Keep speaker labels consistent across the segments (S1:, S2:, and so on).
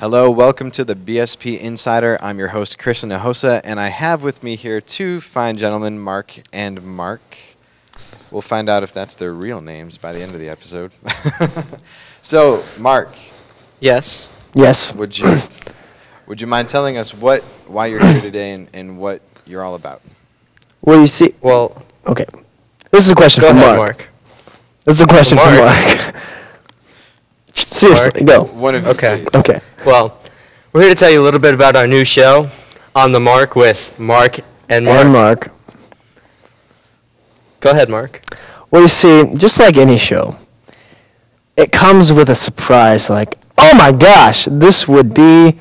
S1: Hello, welcome to the BSP Insider. I'm your host, Chris Nahosa, and I have with me here two fine gentlemen, Mark and Mark. We'll find out if that's their real names by the end of the episode. so, Mark,
S2: Yes.
S3: Yes.
S1: would you would you mind telling us what why you're here today and, and what you're all about?
S3: Well, you see,
S2: Well,
S3: okay. This is a question
S2: go
S3: for
S2: ahead, Mark.
S3: Mark. This is a question
S2: Mark.
S3: for Mark. Seriously, go.
S1: One of you,
S2: Okay.
S1: please.
S3: Okay.
S2: Well, we're here to tell you a little bit about our new show, On the Mark, with Mark and Mark.
S3: And Mark.
S2: Go ahead, Mark.
S3: Well, you see, just like any show, it comes with a surprise like, oh my gosh, this would be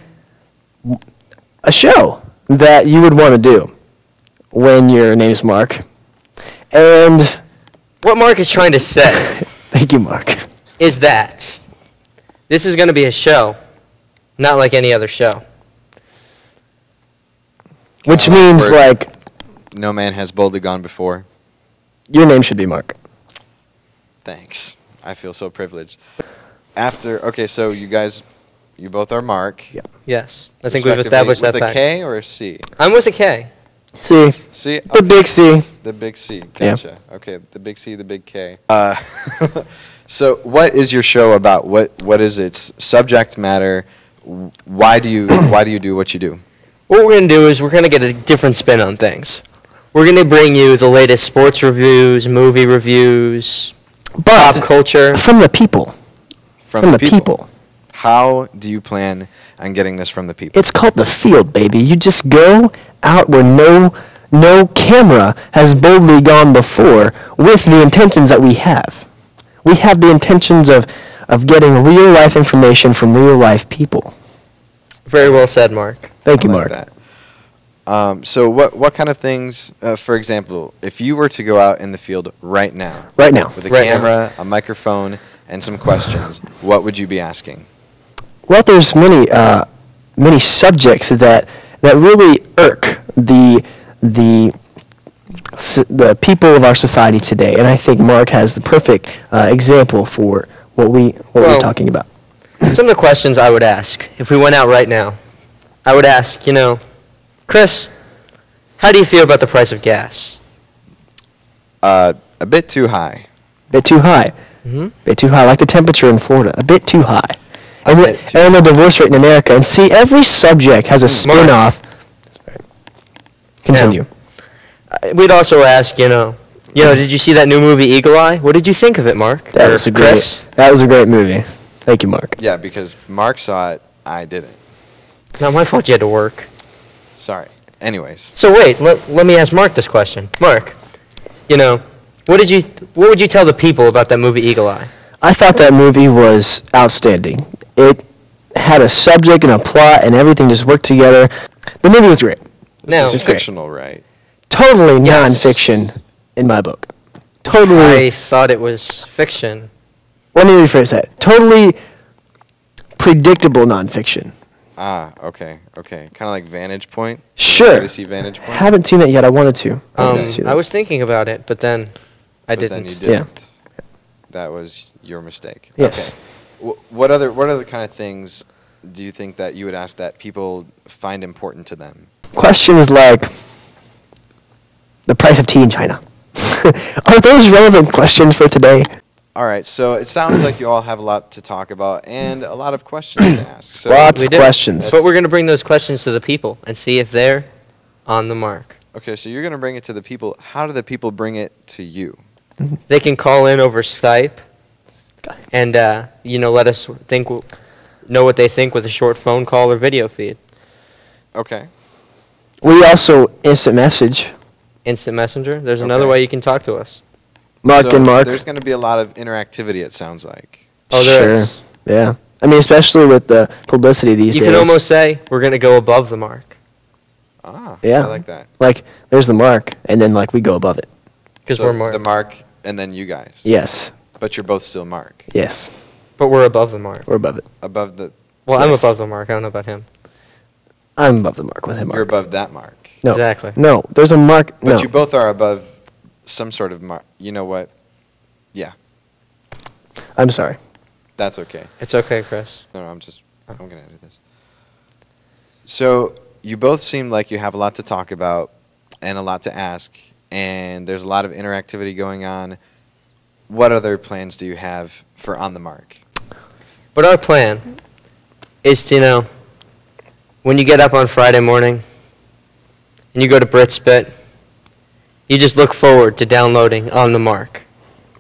S3: a show that you would want to do when your name's Mark. And
S2: What Mark is trying to say
S3: thank you, Mark.
S2: is that this is going to be a show, not like any other show.
S3: Which
S1: Uh,
S3: means,
S1: we're-
S3: like,
S1: No man has boldly gone before.
S3: your name should be Mark.
S1: Thanks. I feel so privileged. After okay, so you guys, you both are Mark.
S3: Yeah.
S2: Yes. I think we've
S1: respectively,
S2: established that
S1: with
S2: fact.
S1: a K or a C?
S2: I'm with a K.
S3: See,
S1: C.
S3: the
S1: okay.
S3: big C.
S1: The big C.
S3: Yeah.
S1: Gotcha. Okay, the big C, the big K. Uh, so, what is your show about? What What is its subject matter? W- Why do you Why do you do what you do?
S2: What we're going to do is we're going to get a different spin on things. We're going to bring you the latest sports reviews, movie reviews,
S3: But
S2: pop culture.
S3: from the people. From the people.
S1: How do you plan on getting this from the people?
S3: It's called the field, baby. You just go out where no no camera has boldly gone before with the intentions that we have. We have the intentions of of getting real life information from real life people.
S2: Very well said, Mark.
S3: Thank you,
S1: I like
S3: Mark.
S1: that. Um, so, what what kind of things? Uh, for example, if you were to go out in the field right now
S3: Right now.
S1: with a
S2: Right now.
S1: camera, a microphone, and some questions, what would you be asking?
S3: Well, there's many uh, many subjects that that really irk the the s- the people of our society today, and I think Mark has the perfect uh, example for what we what
S2: Well,
S3: we're talking about.
S2: Some of the questions I would ask if we went out right now, I would ask, you know, Chris, how do you feel about the price of gas?
S1: Uh, a bit too high.
S3: bit too high.
S2: Mhm.
S3: bit too high, like the temperature in Florida, a bit too high.
S1: A
S3: And,
S1: bit
S3: the,
S1: too
S3: and the divorce rate in America. And see, every subject has a spin off. Continue.
S2: Uh, We'd also ask, you know, you know, did you see that new movie Eagle Eye? What did you think of it, Mark?
S3: That
S2: Or
S3: was a great.
S2: Chris.
S3: That was a great movie. Thank you, Mark.
S1: Yeah, because Mark saw it, I didn't.
S2: Not my fault you had to work.
S1: Sorry. Anyways,
S2: So wait, let, let me ask Mark this question. Mark, you know, what did you what would you tell the people about that movie Eagle Eye?
S3: I thought that movie was outstanding. It had a subject and a plot, and everything just worked together. The movie was great.
S2: Now,
S1: it's
S3: is great.
S1: fictional, right?
S3: Totally
S2: Yes.
S3: nonfiction in my book. Totally.
S2: I thought it was fiction.
S3: let me rephrase that. Totally predictable nonfiction.
S1: Ah, okay, okay. Kind of like Vantage Point.
S3: Sure.
S1: Did you see Vantage Point?
S3: Haven't seen that yet. I wanted to. I wanted
S2: Um,
S3: to see
S2: I
S3: that.
S2: was thinking about it, but then I
S1: But
S2: didn't.
S1: Then you
S3: Yeah.
S1: didn't. That was your mistake.
S3: Yes.
S1: Okay. Wh- what other What other kind of things do you think that you would ask that people find important to them?
S3: Questions like the price of tea in China. Are those relevant questions for today?
S1: All right. So it sounds like you all have a lot to talk about and a lot of questions to ask. So
S3: Lots
S2: We
S3: of
S2: do.
S3: questions.
S2: That's what we're going to bring those questions to the people and see if they're on the mark.
S1: okay, so you're gonna bring it to the people. How do the people bring it to you?
S2: They can call in over Skype and uh, you know let us think w- know what they think with a short phone call or video feed.
S1: Okay.
S3: We also instant message
S2: Instant messenger. There's another
S1: Okay.
S2: way you can talk to us.
S3: Mark
S1: So
S3: and Mark.
S1: There's gonna be a lot of interactivity. It sounds like.
S2: Oh, there
S3: sure.
S2: is.
S3: Yeah. I mean, especially with the publicity these
S2: You
S3: days.
S2: can almost say we're going to go above the mark
S1: Ah,
S3: Yeah.
S1: I like that.
S3: like there's the mark, and then like we go above it.
S2: because
S1: So
S2: we're mark,
S1: The Mark and then you guys.
S3: Yes.
S1: But you're both still Mark.
S3: Yes.
S2: but we're above the mark.
S3: We're above it.
S1: Above the
S2: Well, I'm
S3: Yes.
S2: above the mark. I don't know about him.
S3: I'm above the mark with him. Mark.
S1: you're above that mark.
S3: No.
S2: Exactly.
S3: No. There's a mark.
S1: But
S3: no.
S1: you both are above some sort of mark. You know what? Yeah,
S3: I'm sorry.
S1: that's okay.
S2: It's okay, Chris.
S1: No, I'm just I'm going to edit this. So you both seem like you have a lot to talk about and a lot to ask, and there's a lot of interactivity going on. What other plans do you have for On the Mark?
S2: But our plan is to, you know, when you get up on Friday morning and you go to Brit's Bit, you just look forward to downloading On the Mark.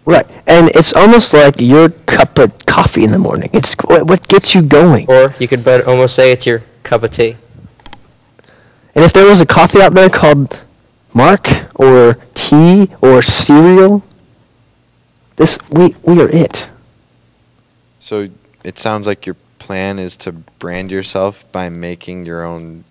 S3: Right. And it's almost like your cup of coffee in the morning. It's what what gets you going.
S2: Or you could better almost say it's your cup of tea.
S3: And if there was a coffee out there called Mark or tea or cereal, this we we are it.
S1: So it sounds like your plan is to brand yourself by making your own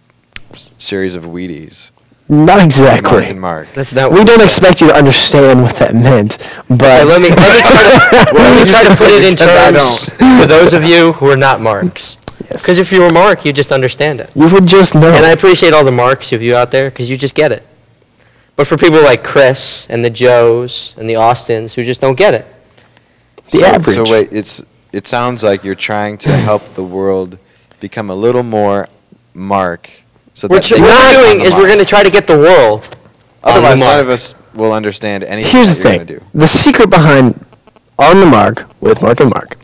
S1: s- series of Wheaties.
S3: Not
S1: Mark and
S3: exactly.
S1: Mark.
S2: That's not
S3: We
S2: what
S3: don't
S2: said.
S3: expect you to understand what that meant, but
S2: Okay, let me, let me try to,
S1: Well,
S2: let me
S1: you
S2: try to
S1: said
S2: put it in
S1: because I
S2: terms for those of you who are not marks.
S3: Yes.
S2: Because if you were Mark, you just understand it.
S3: you would just know.
S2: And I appreciate all the marks of you out there because you just get it. But for people like Chris and the Joes and the Austins who just don't get it,
S3: The
S1: so,
S3: average.
S1: So wait, it's it sounds like you're trying to help the world become a little more Mark. So
S2: what
S1: that they
S2: we're,
S1: can
S2: doing
S1: become
S2: is
S1: a
S2: we're
S1: mark.
S2: going to try to get the world.
S1: Otherwise,
S2: the
S1: none
S2: mark.
S1: of us will understand anything
S3: Here's
S1: that
S3: the
S1: you're
S3: thing:
S1: going to do.
S3: the secret behind on the mark with Mark and Mark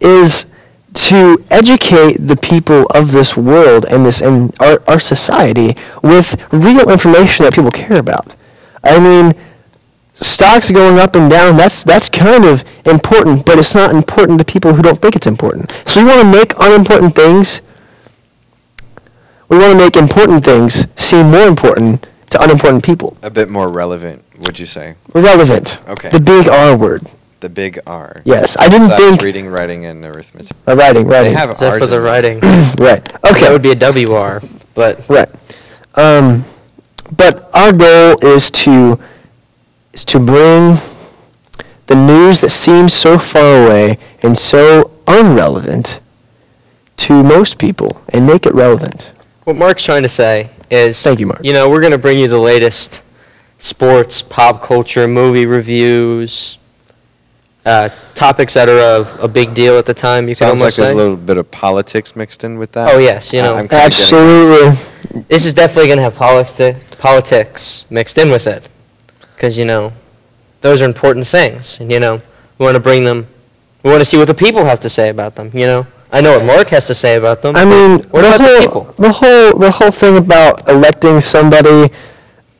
S3: is to educate the people of this world and this and our, our society with real information that people care about. I mean, stocks going up and down that's that's kind of important, but it's not important to people who don't think it's important. So we want to make unimportant things. We want to make important things seem more important to unimportant people
S1: A bit more relevant, would you say?
S3: relevant.
S1: Okay.
S3: The big R word.
S1: The big R.
S3: Yes, I didn't
S1: Besides
S3: think
S1: reading, writing, and arithmetic.
S3: uh, writing,
S1: They
S3: writing.
S1: have
S2: Except
S1: R's
S2: for the
S1: in them.
S2: writing.
S3: right. Okay.
S2: That would be a WR. But
S3: right. Um, but our goal is to is to bring the news that seems so far away and so irrelevant to most people and make it relevant.
S2: what Mark's trying to say is
S3: Thank you, Mark.
S2: You know, we're going to bring you the latest sports, pop culture, movie reviews, uh, topics that are of a big deal at the time. You can
S1: Sounds like
S2: almost
S1: there's
S2: say.
S1: a little bit of politics mixed in with that.
S2: Oh, yes, you know.
S1: I'm kinda getting-
S3: Absolutely.
S2: this is definitely going to have politics, politics mixed in with it. Because, you know, those are important things. And, you know, we want to bring them, we want to see what the people have to say about them, you know? I know what Mark has to say about them.
S3: I mean,
S2: what
S3: the
S2: about the
S3: whole,
S2: people?
S3: the whole, the whole thing about electing somebody,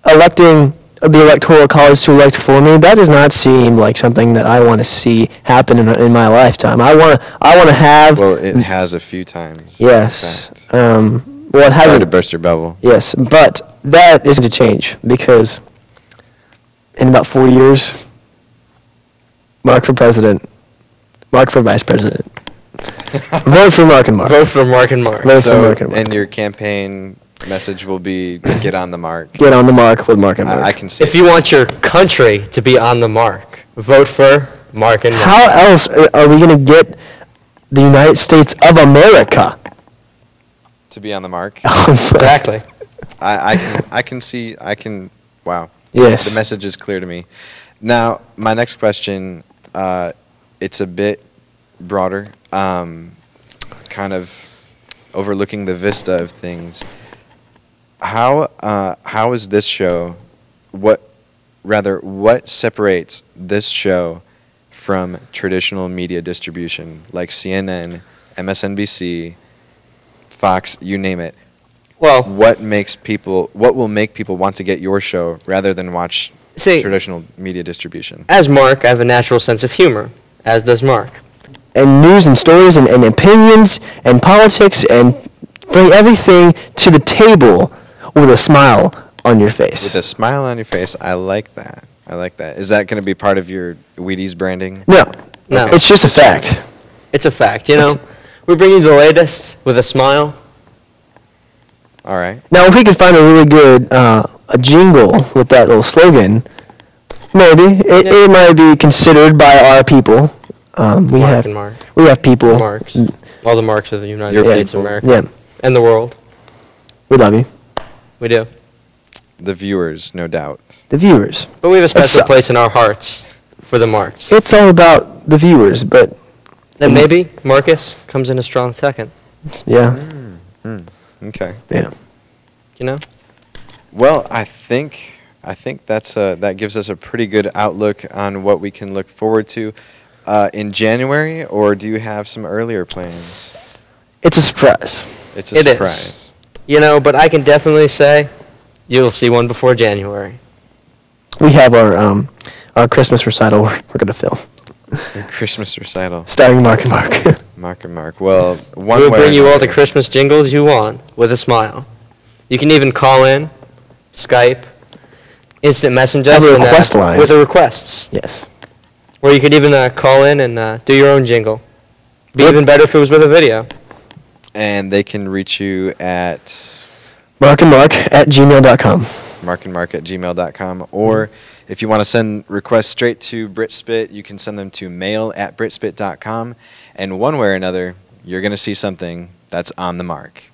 S3: electing the electoral college to elect for me. That does not seem like something that I want to see happen in, in my lifetime. I want, I want to have.
S1: Well, it has a few times. in
S3: yes.
S1: fact.
S3: Um, well, it
S1: Sorry to
S3: hasn't.
S1: burst your bubble.
S3: Yes, but that is going to change because in about four years, Mark for president, Mark for vice president. Vote for Mark and Mark.
S2: Vote for Mark and Mark.
S3: Vote- That's
S1: so,
S3: American mark.
S1: and your campaign message will be get on the mark.
S3: Get on the mark with Mark and Mark.
S1: I, I can see.
S2: If you want your country to be on the mark, vote for Mark and Mark.
S3: How else uh, are we going to get the United States of America?
S1: to be on the mark.
S2: Exactly.
S1: I, I can I can see I can wow.
S3: Yes.
S1: The message is clear to me. Now my next question, uh, it's a bit broader, um, kind of overlooking the vista of things. How uh, how is this show? What rather what separates this show from traditional media distribution like CNN, MSNBC, Fox, you name it?
S2: Well,
S1: what makes people what will make people want to get your show rather than watch
S2: see,
S1: traditional media distribution
S2: as Mark, I have a natural sense of humor, as does Mark.
S3: And news and stories and, and opinions and politics and bring everything to the table with a smile on your
S1: with
S3: face.
S1: a smile on your face i like that i like that is that going to be part of your wheaties branding
S3: no,
S2: No.
S3: it's just a fact.
S2: It's a fact, you know?
S3: It's-
S2: We bring you the latest with a smile.
S1: all right
S3: Now, if we could find a really good uh, a jingle with that little slogan, maybe it,
S2: Yeah.
S3: it might be considered by our people. Um, we
S2: Mark
S3: have
S2: and Mark.
S3: we have people.
S2: Marks. All the marks of the United
S1: Your
S2: States of
S1: people.
S2: America.
S3: Yeah,
S2: And the world.
S3: we love you,
S2: We do.
S1: the viewers no doubt
S3: the viewers.
S2: But we have a special
S3: That's-
S2: place in our hearts for the marks.
S3: It's all about the viewers, but
S2: And maybe Marcus comes in a strong second.
S3: Yeah.
S1: Okay.
S3: Yeah.
S2: You know?
S1: Well, I think I think that's uh, that gives us a pretty good outlook on what we can look forward to uh, in January. Or do you have some earlier plans?
S3: It's a surprise.
S1: It's a
S2: It is.
S1: surprise.
S2: You know, but I can definitely say you'll see one before January.
S3: We have our um, our Christmas recital we're, we're gonna film,
S1: Your Christmas recital,
S3: starring Mark and Mark.
S1: Mark and Mark. Well, one
S2: we'll
S1: way or
S2: bring you all the
S1: another-
S2: Christmas jingles you want with a smile. You can even call in, Skype, instant messenger
S3: Have a
S2: and, uh,
S3: request line.
S2: with the requests,
S3: yes.
S2: or you could even uh, call in and uh, do your own jingle. Be
S3: Yep.
S2: even better if it was with a video.
S1: and they can reach you at
S3: Mark and Mark at gmail.com.
S1: markandmark at gmail.com. Or if you want to send requests straight to Britspit, you can send them to mail at britspit.com. And one way or another, you're going to see something that's on the mark.